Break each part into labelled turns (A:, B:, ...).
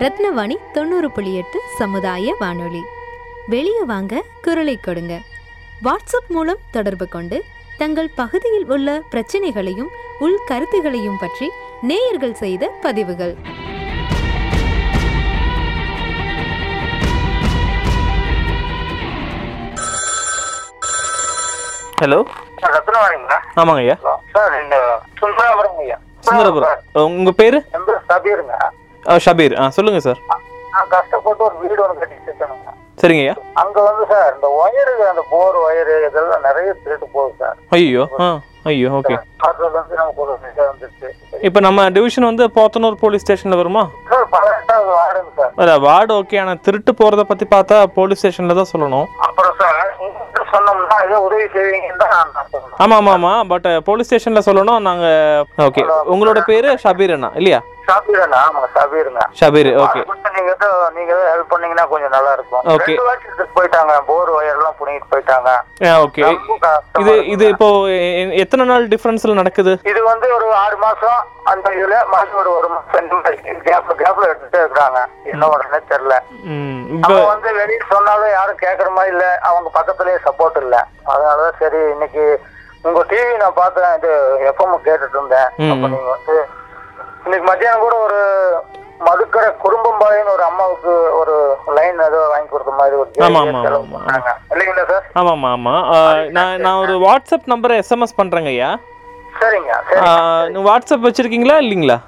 A: ரத்னவாணி தொண்ணூறு புள்ளி எட்டு சமுதாய வானொலி வெளியே வாங்க குரலை கொடுங்க வாட்ஸ்அப் மூலம் தொடர்பு கொண்டு தங்கள் பகுதியில் உள்ள பிரச்சனைகளையும் உள் கருத்துகளையும் பற்றி நேயர்கள் செய்த பதிவுகள்
B: ஹலோ
C: சார் ரத்னவாணிங்களா
B: ஆமாங்க ஐயா
C: சார் இந்த சுந்தராபுரம் ஐயா
B: சுந்தரபுரம்
C: சார்,
B: அஹ் உங்க பேரு
C: என் பேர் சபீருங்க
B: அஹ் ஷபீர் ஆ சொல்லுங்க சார்
C: நான் கஷ்டப்பட்டு ஒரு வீடு ஒன்று கட்டி வச்சிருக்கேனுங்க
B: சரிங்க ஐயா
C: அங்க வந்து சார் இந்த ஒயரு அந்த போர் ஒயரு இதெல்லாம் நிறைய திருட்டு போகுது சார்
B: ஐயோ ஆ ஐயோ ஓகே
C: அதுல இருந்து நமக்கு ஒரு இது வந்துச்சு
B: இப்போ நம்ம டிவிஷன் வந்து போத்தனூர் போலீஸ் ஸ்டேஷன்ல வருமா
C: சார் பல இடத்துல வாடுங்க சார்
B: அத வார்டு ஓகே ஆனா திருட்டு போறத பத்தி பார்த்தா போலீஸ் ஸ்டேஷன்ல தான் சொல்லணும்
C: அப்புறம் சார் உங்ககிட்ட சொன்னோம்னா ஏதோ உதவி செய்வீங்கன்னு தான் நான் சொன்னேன்
B: ஆமா ஆமா ஆமா பட் போலீஸ் ஸ்டேஷன்ல சொல்லணும் நாங்க ஓகே உங்களோட பேரு ஷபீர் அண்ணா இல்லையா
C: சபீரண்ணா ஆமா சபீருங்க
B: ஷபீர் ஓகே
C: நீங்க ஏதோ நீங்க ஏதோ ஹெல்ப் பண்ணீங்கன்னா கொஞ்சம் நல்லா இருக்கும்
B: Okay.
C: ரெண்டு வாட்டி எடுத்துட்டு போயிட்டாங்க போர் ஒயர் எல்லாம் புடிங்கிட்டு போயிட்டாங்க
B: ஓகே
C: ரொம்ப கஷ்டமா
B: இது
C: இருக்கு.
B: இது இப்போ எ- எ- எத்தனை நாள் டிஃபரன்ஸ்ல நடக்குது
C: இது வந்து ஒரு ஆறு மாசம் அந்த இதுல மாசம் ஒரு ஒரு மாசம் கேப்ல கேப்ல எடுத்துட்டே இருக்காங்க என்ன உடனே தெரியல
B: ம் இப்போ
C: நம்ம வந்து வெளியே சொன்னாலும் யாரும் கேட்கற மாதிரி இல்ல அவங்க பக்கத்துலயே சப்போர்ட் இல்ல அதனாலதான் சரி இன்னைக்கு உங்க டிவி நான் பார்த்தேன் இது எஃப்எம் கேட்டுட்டு இருந்தேன்
B: ம்.
C: அப்ப நீங்க வந்து இன்னைக்கு மத்தியானம் கூட ஒரு மதுக்கரை குறும்பம்பாயின்னு ஒரு அம்மாவுக்கு ஒரு லைன் ஏதோ வாங்கி கொடுத்த மாதிரி ஒரு
B: ஆமா, ஆமா,
C: ஜெயலலிதா செலவு
B: ஆமா.
C: பண்ணாங்க இல்லைங்களா சார்
B: ஆமாம் ஆமாம் ஆமாம் நான் நான் ஒரு வாட்ஸ்அப் நம்பரை எஸ்எம்எஸ் பண்ணுறேங்க ஐயா
C: சரிங்க சரி
B: ஆஹ், நீங்க வாட்ஸ்அப் வச்சிருக்கீங்களா இல்லைங்களா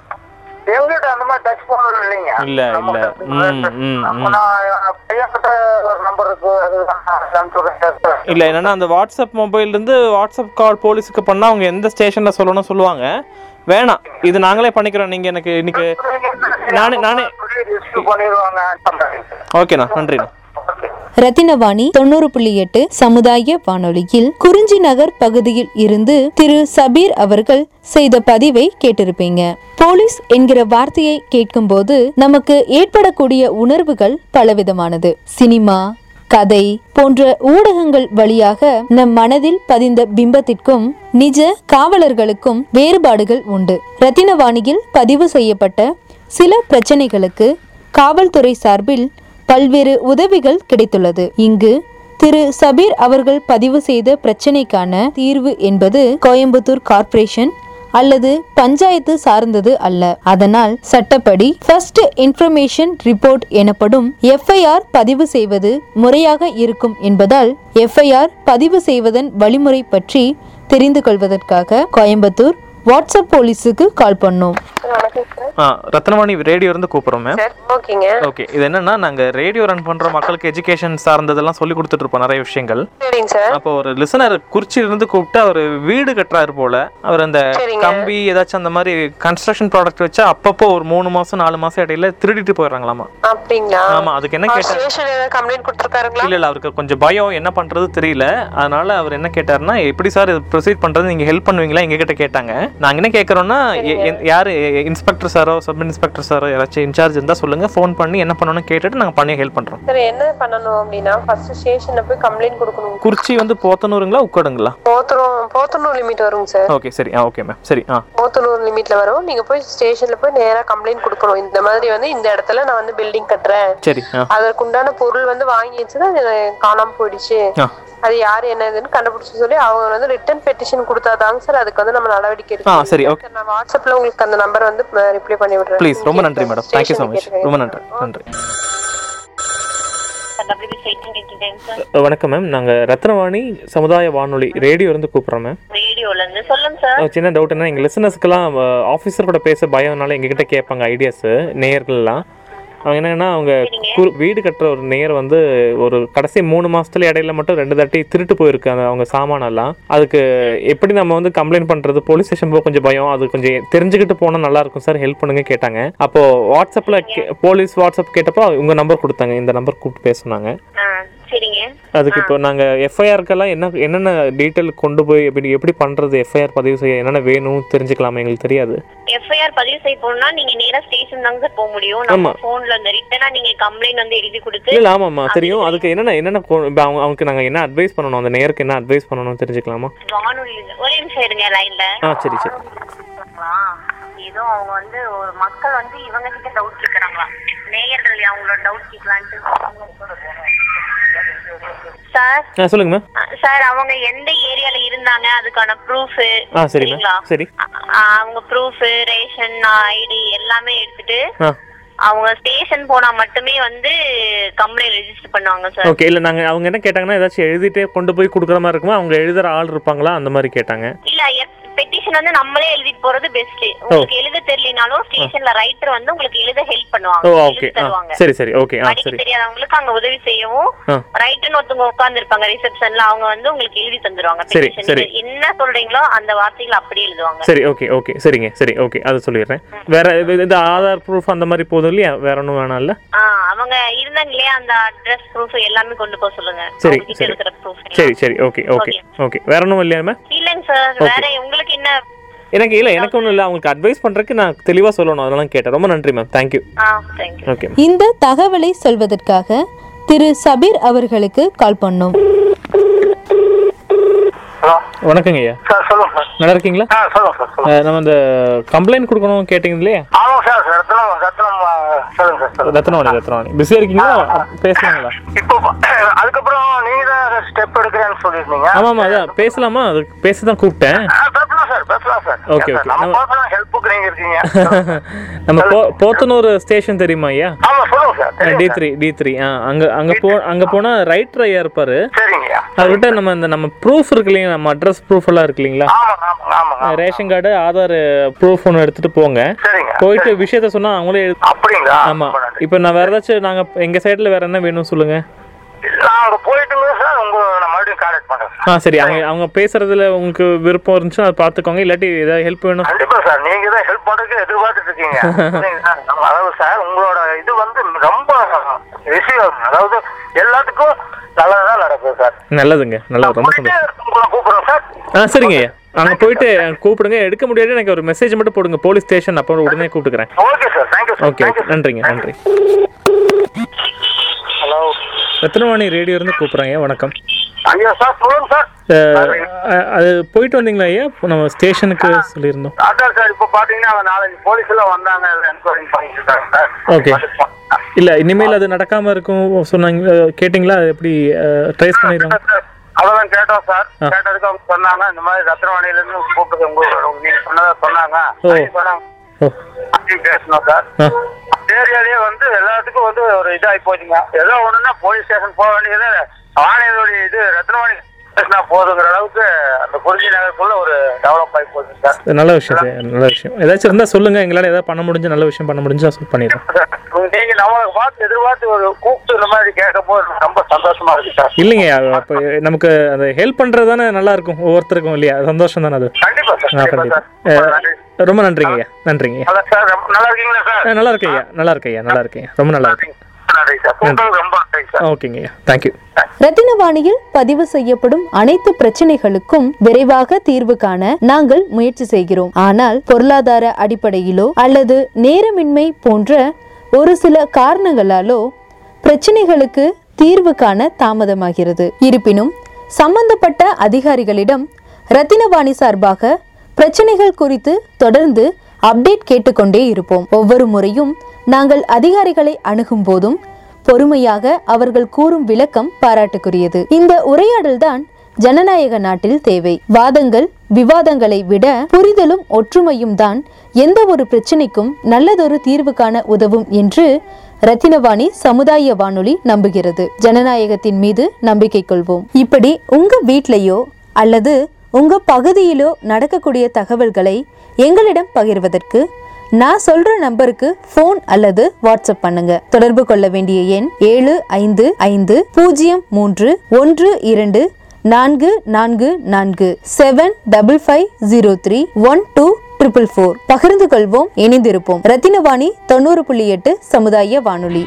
C: எவ்வளவு அந்த மாதிரி டச் போனது இல்லைங்க
B: இல்ல, இல்ல. ம், ம்,
D: Mm.
C: அப்ப நான் பையன்கிட்ட ஒரு நம்பர் இருக்கு அது நான் அனுப்பிச்சுடுறேன் சார்.
B: இல்லை என்னன்னா அந்த வாட்ஸ்அப் மொபைல் இருந்து வாட்ஸ்அப் கால் போலீஸுக்கு பண்ணால் அவங்க எந்த ஸ்டேஷனில் சொல்லணும் சொல்லுவாங்க வேணாம் இது நாங்களே பண்ணிக்கிறோம் நீங்கள் எனக்கு இன்னைக்கு நானே- நானே-
C: Receive பண்ணிடுவாங்க
B: ஓகேண்ணா நன்றிண்ணா
C: Okay.
A: ரத்தினவாணி தொண்ணூறு புள்ளி எட்டு சமுதாய வானொலியில் குறிஞ்சி நகர் பகுதியில் இருந்து திரு சபீர் அவர்கள் செய்த பதிவை கேட்டிருப்பீங்க போலீஸ் என்கிற வார்த்தையை கேட்கும்போது நமக்கு ஏற்படக்கூடிய உணர்வுகள் பலவிதமானது சினிமா கதை போன்ற ஊடகங்கள் வழியாக நம் மனதில் பதிந்த பிம்பத்திற்கும் நிஜ காவலர்களுக்கும் வேறுபாடுகள் உண்டு ரத்தினவாணியில் பதிவு செய்யப்பட்ட சில பிரச்சனைகளுக்கு காவல்துறை சார்பில் பல்வேறு உதவிகள் கிடைத்துள்ளது இங்கு திரு சபீர் அவர்கள் பதிவு செய்த பிரச்சினைக்கான தீர்வு என்பது கோயம்புத்தூர் கார்ப்பரேஷன் அல்லது பஞ்சாயத்து சார்ந்தது அல்ல அதனால் சட்டப்படி ஃபர்ஸ்ட் இன்ஃபர்மேஷன் ரிப்போர்ட் எனப்படும் எஃப்ஐஆர் பதிவு செய்வது முறையாக இருக்கும் என்பதால் எஃப்ஐஆர் பதிவு செய்வதன் வழிமுறை பற்றி தெரிந்து கொள்வதற்காக கோயம்புத்தூர் வாட்ஸ்அப் போலீஸுக்கு கால் பண்ணோம்
D: வணக்கம் சார்
B: ஆ ரத்னவாணி ரேடியோ இருந்து கூப்பிட்றோம் மேம்
D: சார் ஓகேங்க
B: ஓகே இது என்னன்னா நாங்கள் ரேடியோ ரன் பண்ணுற மக்களுக்கு எஜுகேஷன் சார்ந்ததெல்லாம் சொல்லி கொடுத்துட்டு இருப்போம் நிறைய விஷயங்கள்
D: சரிங்க சார்
B: அப்போ ஒரு லிசனர் குறிச்சியிலிருந்து கூப்பிட்டு அவர் வீடு கட்டுறாரு போல அவர் அந்த
D: சரிங்க.
B: கம்பி ஏதாச்சும் அந்த மாதிரி கன்ஸ்ட்ரக்ஷன் ப்ராடக்ட் வச்சா அப்பப்போ ஒரு மூணு மாசம் நாலு மாசம் இடையில திருடிட்டு போயிடுறாங்களாமா
D: அப்படிங்களா
B: ஆமா அதுக்கு என்ன கேட்டா
D: ஸ்டேஷன் ஏதாவது கம்ப்ளைண்ட் கொடுத்துருக்காருங்களா
B: இல்ல இல்ல அவருக்கு கொஞ்சம் பயம் என்ன பண்றது தெரியல அதனால அவர் என்ன கேட்டாருன்னா எப்படி சார் இது ப்ரொசீட் பண்றது நீங்க ஹெல்ப் பண்ணுவீங்களா எங்க கிட்ட கேட்டாங்க நாங்க என்ன கேக்குறோம்னா எ- எ- யாரு இன்ஸ்பெக்டர் சாரோ சப் இன்ஸ்பெக்டர் சாரோ யாராச்சும் இன்சார்ஜ் இருந்தா சொல்லுங்க ஃபோன் பண்ணி என்ன பண்ணணும்னு கேட்டுட்டு நாங்க பண்ணி ஹெல்ப் பண்றோம்
D: சார் என்ன பண்ணணும் அப்படின்னா ஃபர்ஸ்ட் ஸ்டேஷன்ல போய் கம்ப்ளைண்ட் கொடுக்கணும்
B: குறிச்சி வந்து போத்தனூருங்களா உக்கடுங்களா
D: போத்தனூர் போத்தனூர் லிமிட் வருங்க சார்
B: ஓகே சரி ஆ ஓகே மேம் சரி ஆ
D: போத்தனூர் லிமிட்ல வரும் நீங்க போய் ஸ்டேஷன்ல போய் நேரா கம்ப்ளைண்ட் கொடுக்கணும் இந்த மாதிரி வந்து இந்த இடத்துல நான் வந்து பில்டிங் கட்டுறேன்
B: சரி ஆ
D: அதற்குண்டான பொருள் வந்து வாங்கி வச்சது அது காணாம போயிடுச்சு
B: ஆ
D: அது யார் என்னதுன்னு கண்டுபிடிச்சு சொல்லி அவங்க வந்து ரிட்டன் பெட்டிஷன் கொடுத்தாதாங்க சார் அதுக்கு வந்து நம்ம நடவடிக்கை
B: ஆ
D: எடுக்கணும்.
B: சரி ஓகே
D: சார், நான் வாட்ஸ்அப்ல உங்களுக்கு அந்த நம்பர் வந்து ரிப்ளை பண்ணி விடுறேன்
B: ப்ளீஸ் ரொம்ப நன்றி மேடம் தேங்க்யூ ஸோ மச்
D: கேட்டுக்கிறேன்.
B: ரொம்ப நன்றி நன்றி
E: கண்டபடி சைட்ல இருக்கேன் சார்
B: வணக்கம் மேம் நாங்கள் ரத்னவாணி சமுதாய வானொலி ரேடியோ இருந்து கூப்பிட்றோம் மேம்
E: ரேடியோல இருந்து சொல்லுங்க சார்
B: அஹ் சின்ன டவுட் என்ன எங்கள் லிசனர்ஸ்க்கெல்லாம் ஆஃபீஸர் கூட பேச பயம்னால எங்ககிட்ட கேட்பாங்க ஐடியாஸு நேயர்கள்லாம் அவங்க என்னன்னா அவங்க குறு வீடு கட்டுற ஒரு நேர் வந்து ஒரு கடைசி மூணு மாசத்துல இடையில மட்டும் ரெண்டு தாட்டி திருட்டு போயிருக்கு அந்த அவங்க சாமானெல்லாம் அதுக்கு எப்படி நம்ம வந்து கம்ப்ளைண்ட் பண்றது போலீஸ் ஸ்டேஷன் போக கொஞ்சம் பயம் அது கொஞ்சம் தெரிஞ்சுக்கிட்டு போனா நல்லா இருக்கும் சார் ஹெல்ப் பண்ணுங்க கேட்டாங்க அப்போ வாட்ஸ்அப்ல போலீஸ் வாட்ஸ்அப் கேட்டப்போ உங்க நம்பர் கொடுத்தாங்க இந்த நம்பர் கூப்பிட்டு பேசுனாங்க
E: ஆ சரிங்க
B: அதுக்கு இப்போ நாங்கள் எஃப்ஐஆருக்கெல்லாம் என்ன என்னென்ன டீட்டெயில் கொண்டு போய் எப்படி எப்படி பண்ணுறது எஃப்ஐஆர் பதிவு செய்ய என்னென்ன வேணும் தெரிஞ்சுக்கலாமா எங்களுக்கு தெரியாது
E: எஃப்ஐஆர் பதிவு செய்ய போகணும்னா நீங்க நேரா ஸ்டேஷன் தாங்க சார் போக முடியும் நம்ம
B: ஆமா.
E: போன்ல இந்த ரிட்டனா நீங்க கம்ப்ளைண்ட் வந்து எழுதி கொடுத்து
B: இல்லை இல்லை ஆமாம்மா தெரியும் அதுக்கு என்னென்ன என்னென்ன கொ- இப்போ அவங்க அவங்களுக்கு நாங்கள் என்ன அட்வைஸ் பண்ணணும் அந்த நேருக்கு என்ன அட்வைஸ் பண்ணணும் தெரிஞ்சுக்கலாமா
E: வானொலி ஒரே நிமிஷம் இருங்க லைன்ல
B: ஆ சரி சரி
E: ஏதோ அவங்க வந்து ஒரு மக்கள் வந்து இவங்க கிட்ட டவுட் கேக்குறாங்களா நேய சொல்லி அவங்களோட டவுட் கேட்கலான்ட்டு சார்
B: ஆ சொல்லுங்க மேம்
E: சார் அவங்க எந்த ஏரியால இருந்தாங்க அதுக்கான ப்ரூஃப்
B: ஆ சரி மேம் சரி
E: அவங்க ப்ரூஃப் ரேஷன் ஐடி எல்லாமே எடுத்துட்டு
B: ஆ
E: அவங்க ஸ்டேஷன் போனா மட்டுமே வந்து கம்ப்ளைண்ட் ரெஜிஸ்டர் பண்ணுவாங்க சார்
B: ஓகே இல்லை நாங்கள் அவங்க என்ன கேட்டாங்கன்னா ஏதாச்சும் எழுதிட்டே கொண்டு போய் கொடுக்குற மாதிரி இருக்குமா அவங்க எழுதுகிற ஆள் இருப்பாங்களா அந்த மாதிரி கேட்டாங்க
E: இல்ல பெட்டிஷன் வந்து நம்மளே எழுதிட்டு போறது பெஸ்ட் உங்களுக்கு எழுத தெரியலனாலும் ஸ்டேஷன்ல ரைட்டர் வந்து உங்களுக்கு எழுத ஹெல்ப்
B: ஓ
E: பண்ணுவாங்க
B: ஓகே
E: எழுதி
B: ஆ
E: தருவாங்க
B: சரி சரி ஓகே ஆ
E: படிக்க
B: சரி
E: தெரியாதவங்களுக்கு அங்க உதவி செய்யவும்
B: ஆ.
E: ரைட்டர்னு ஒருத்தவங்க உட்கார்ந்து இருப்பாங்க ரிசப்ஷன்ல அவங்க வந்து உங்களுக்கு எழுதி தந்துருவாங்க
B: சரி,
E: petition.
B: சரி.
E: நீங்க என்ன சொல்றீங்களோ அந்த வார்த்தைகளை அப்படியே எழுதுவாங்க
B: சரி ஓகே ஓகே சரிங்க சரி ஓகே அதை சொல்லிடுறேன் வேற இது- இது ஆதார் ப்ரூஃப் அந்த மாதிரி போதும் இல்லையா வேற ஒன்றும் வேணாம்ல
E: ஆ, அவங்க இருந்தாங்க இல்லையா அந்த அட்ரஸ் ப்ரூஃப் எல்லாமே கொண்டு போக சொல்லுங்க
B: சரி,
E: அவங்க கிட்ட
B: சரி.
E: இருக்கிற proof
B: சரி சரி ஓகே ஓகே ஓகே வேற ஒன்றும் இல்லையா மேம்
E: இல்லைங்க சார்
B: Okay.
E: வேற உங்களுக்கு என்ன
B: எனக்கு இல்லை எனக்கு ஒன்றும் இல்லை அவங்களுக்கு அட்வைஸ் பண்ணுறதுக்கு நான் தெளிவாக சொல்லணும் அதெல்லாம் கேட்டேன் ரொம்ப நன்றி மேம் தேங்க்யூ
E: ஆ தேங்க்யூ
B: ஓகே
A: இந்த தகவலை சொல்வதற்காக திரு சபீர் அவர்களுக்கு கால் பண்ணோம்
C: ஹலோ
B: வணக்கங்க ஐயா
C: சார் சொல்லுங்க சார்
B: நல்லா இருக்கீங்களா
C: ஆ சொல்லுங்க சார் சொல்லுங்க
B: அஹ், நம்ம இந்த கம்ப்ளைண்ட் கொடுக்கணும் கேட்டீங்க இல்லையா
C: ஆமாங்க சார் ரத்னம் ரத்னம் ஆ, சொல்லுங்க சார் சொல்லுங்க
B: ரத்னவாணி ரத்னவாணி பிஸியாக இருக்கீங்களா பேசலாங்களா
C: இப்போ ப- அதுக்கப்புறம் நீங்க தான் ஸ்டெப் எடுக்கிறேன்னு சொல்லியிருந்தீங்க
B: ஆமாம் ஆமாம் அதான் பேசலாமா அது பேச தான் கூப்பிட்டேன்
C: ஆ, பேசலாம் சார் பேசலாம் sir
B: Okay,
C: Yes, sir.
B: okay.
C: நம்ம
B: நம்ம-
C: பார்க்கலாம் ஹெல்ப்புக்கு நீங்க இருக்கீங்க
B: நம்ம போ போத்தனூர் ஸ்டேஷன் தெரியுமா ஐயா
C: ஆமா சொல்லுங்க சார்
B: டி
C: தெரியும்
B: த்ரீ டி த்ரீ ஆ அங்கே அங்கே போ அங்கே போனால் ரைட்டர் ஐயா இருப்பார்
C: சார். சரிங்கய்யா
B: அவர்கிட்ட நம்ம இந்த நம்ம ப்ரூஃப் இருக்கு இல்லையா நம்ம அட்ரஸ் ப்ரூஃப் எல்லாம் இருக்கு இல்லைங்களா
C: ஆமா ஆமா ஆமா ஆமா.
B: ரேஷன் கார்டு ஆதார் ப்ரூஃப் ஒன்று எடுத்துட்டு போங்க
C: சரிங்க
B: போயிட்டு விஷயத்த சொன்னா அவங்களே எழு
C: அப்படிங்களா
B: ஆமா
C: ரொம்ப நன்றி.
B: இப்போ நான் வேற ஏதாச்சும் நாங்க எங்க சைடுல வேற என்ன வேணும் சொல்லுங்க
C: நான் அங்க போயிட்டுங்க சார் உங்க நான் மறுபடியும் கான்டாக்ட் பண்றேன் சார்
B: ஆ சரி அவங்க அவங்க பேசுறதுல உங்களுக்கு விருப்பம் இருந்துச்சுன்னா அதை பார்த்துக்கோங்க இல்லாட்டி ஏதாவது ஹெல்ப் வேணும்
C: கண்டிப்பா சார் நீங்க தான் ஹெல்ப் பண்றதுக்கு எதிர்பார்த்துட்டு இருக்கீங்க சரிங்களா? ஆமா, அதாவது சார் உங்களோட இது வந்து ரொம்ப விஷயம் அதாவது எல்லாத்துக்கும் நல்லதா நடக்குது சார்
B: நல்லதுங்க நல்லது ரொம்ப சந்தோஷம்
C: போயிட்டு உங்களை கூப்பிடுறேன் சார்
B: ஆ சரிங்க ஐயா அங்கே போயிட்டு கூப்பிடுங்க எடுக்க முடியாது எனக்கு ஒரு மெசேஜ் மட்டும் போடுங்க போலீஸ் ஸ்டேஷன் அப்போ உடனே கூப்பிட்டுக்கிறேன்
C: okay sir thank you sir
B: okay okay
C: thank you
B: நன்றிங்க நன்றி
C: ஹலோ
B: ரத்னவாணி ரேடியோ இருந்து கூப்பிட்றேன் ஐயா வணக்கம்
C: ஐயா சார் சொல்லுங்க சார்
B: அஹ், அஹ், அது போயிட்டு வந்தீங்களா ஐயா இப்போ நம்ம ஸ்டேஷனுக்கு சொல்லியிருந்தோம்
C: அதான் சார் இப்போ பாத்தீங்கன்னா அவங்க நாலஞ்சு போலீஸ் எல்லாம் வந்தாங்க என்கொயரிங் பண்ணிட்டு இருக்காங்க சார்
B: Okay. இல்லை இனிமேல் அது நடக்காம இருக்கும் சொன்னாங்க அஹ், கேட்டிங்களா அது எப்படி ட்ரேஸ் பண்ணிடுவாங்க
C: அதெல்லாம் கேட்டோம் சார்
B: ஆ.
C: கேட்டதுக்கு அவங்க சொன்னாங்க இந்த மாதிரி ரத்னவாணியில இருந்து கூப்பிட்டு உங்களுக்கு நீங்க சொன்னதா சொன்னாங்க
B: ஓ.
C: அப்படின்னு சொன்னாங்க.
B: ஓ
C: அப்படின்னு பேசணும் சார்
B: ஆ
C: ஏரியாலேயே வந்து எல்லாத்துக்கும் வந்து ஒரு இதாகி போச்சுங்க ஏதோ ஒண்ணுன்னா போலீஸ் ஸ்டேஷன் போக வேண்டியது ஆணையருடைய இது ரத்னவாணி பேசினா போதுங்கிற அளவுக்கு அந்த குறிஞ்சி நகருக்குள்ள ஒரு டெவலப் ஆகி போச்சு சார்
B: நல்ல விஷயம் ஐயா, நல்ல விஷயம் ஏதாச்சும் இருந்தால் சொல்லுங்க எங்களால் ஏதாவது பண்ண முடிஞ்ச நல்ல விஷயம் பண்ண முடிஞ்சா சொல் பண்ணிடுறோம்
C: நீங்க நம்மளை பார்த்து எதிர்பார்த்து ஒரு கூப்பிட்டு இந்த மாதிரி கேட்கும்போது ரொம்ப சந்தோஷமா இருக்கு சார்
B: இல்லைங்க அப்போ நமக்கு அந்த ஹெல்ப் பண்ணுறது தானே நல்லா இருக்கும் ஒவ்வொருத்தருக்கும் இல்லையா சந்தோஷம் தானே அது
C: கண்டிப்பா சார்
B: ஆ,
C: கண்டிப்பா
B: கண்டிப்பா.
C: சார் நன்றி.
B: ரொம்ப நன்றிங்க ஐயா நன்றிங்க ஐயா
C: நல்லா சார் ரொம்ப- நல்லா இருக்கீங்களா சார்
B: ஆ, நல்லா இருக்கு ஐயா நல்லா இருக்கு ஐயா நல்லா இருக்கு ஐயா ரொம்ப நல்லா இருக்கு
C: நன்றி சார் கூப்பிட்டதுக்கு ரொம்ப நன்றி சார்
B: ஓகேங்க ஐயா தேங்க்யூ
A: ரத்தினவாணியில் பதிவு செய்யப்படும் அனைத்து பிரச்சனைகளுக்கும் விரைவாக தீர்வு காண நாங்கள் முயற்சி செய்கிறோம் ஆனால் பொருளாதார அடிப்படையிலோ அல்லது நேரமின்மை போன்ற ஒரு சில காரணங்களாலோ பிரச்சனைகளுக்கு தீர்வு காண தாமதமாகிறது இருப்பினும் சம்பந்தப்பட்ட அதிகாரிகளிடம் ரத்தினவாணி சார்பாக பிரச்சனைகள் குறித்து தொடர்ந்து அப்டேட் கேட்டுக்கொண்டே இருப்போம் ஒவ்வொரு முறையும் நாங்கள் அதிகாரிகளை அணுகும் போதும் பொறுமையாக அவர்கள் கூறும் விளக்கம் பாராட்டுக்குரியது இந்த உரையாடல்தான் ஜனநாயக நாட்டில் தேவை வாதங்கள் விவாதங்களை விட புரிதலும் ஒற்றுமையும் தான் எந்த ஒரு பிரச்சனைக்கும் நல்லதொரு தீர்வு காண உதவும் என்று ரத்தினவாணி சமுதாய வானொலி நம்புகிறது ஜனநாயகத்தின் மீது நம்பிக்கை கொள்வோம் இப்படி உங்க வீட்லயோ அல்லது உங்க பகுதியிலோ நடக்கக்கூடிய தகவல்களை எங்களிடம் பகிர்வதற்கு நான் சொல்ற நம்பருக்கு ஃபோன் அல்லது வாட்ஸ்அப் பண்ணுங்க தொடர்பு கொள்ள வேண்டிய எண் ஏழு ஐந்து ஐந்து பூஜ்ஜியம் மூன்று ஒன்று இரண்டு நான்கு நான்கு நான்கு seven double five zero three one two triple four பகிர்ந்து கொள்வோம் இணைந்திருப்போம் ரத்தினவாணி தொண்ணூறு புள்ளி எட்டு சமுதாய வானொலி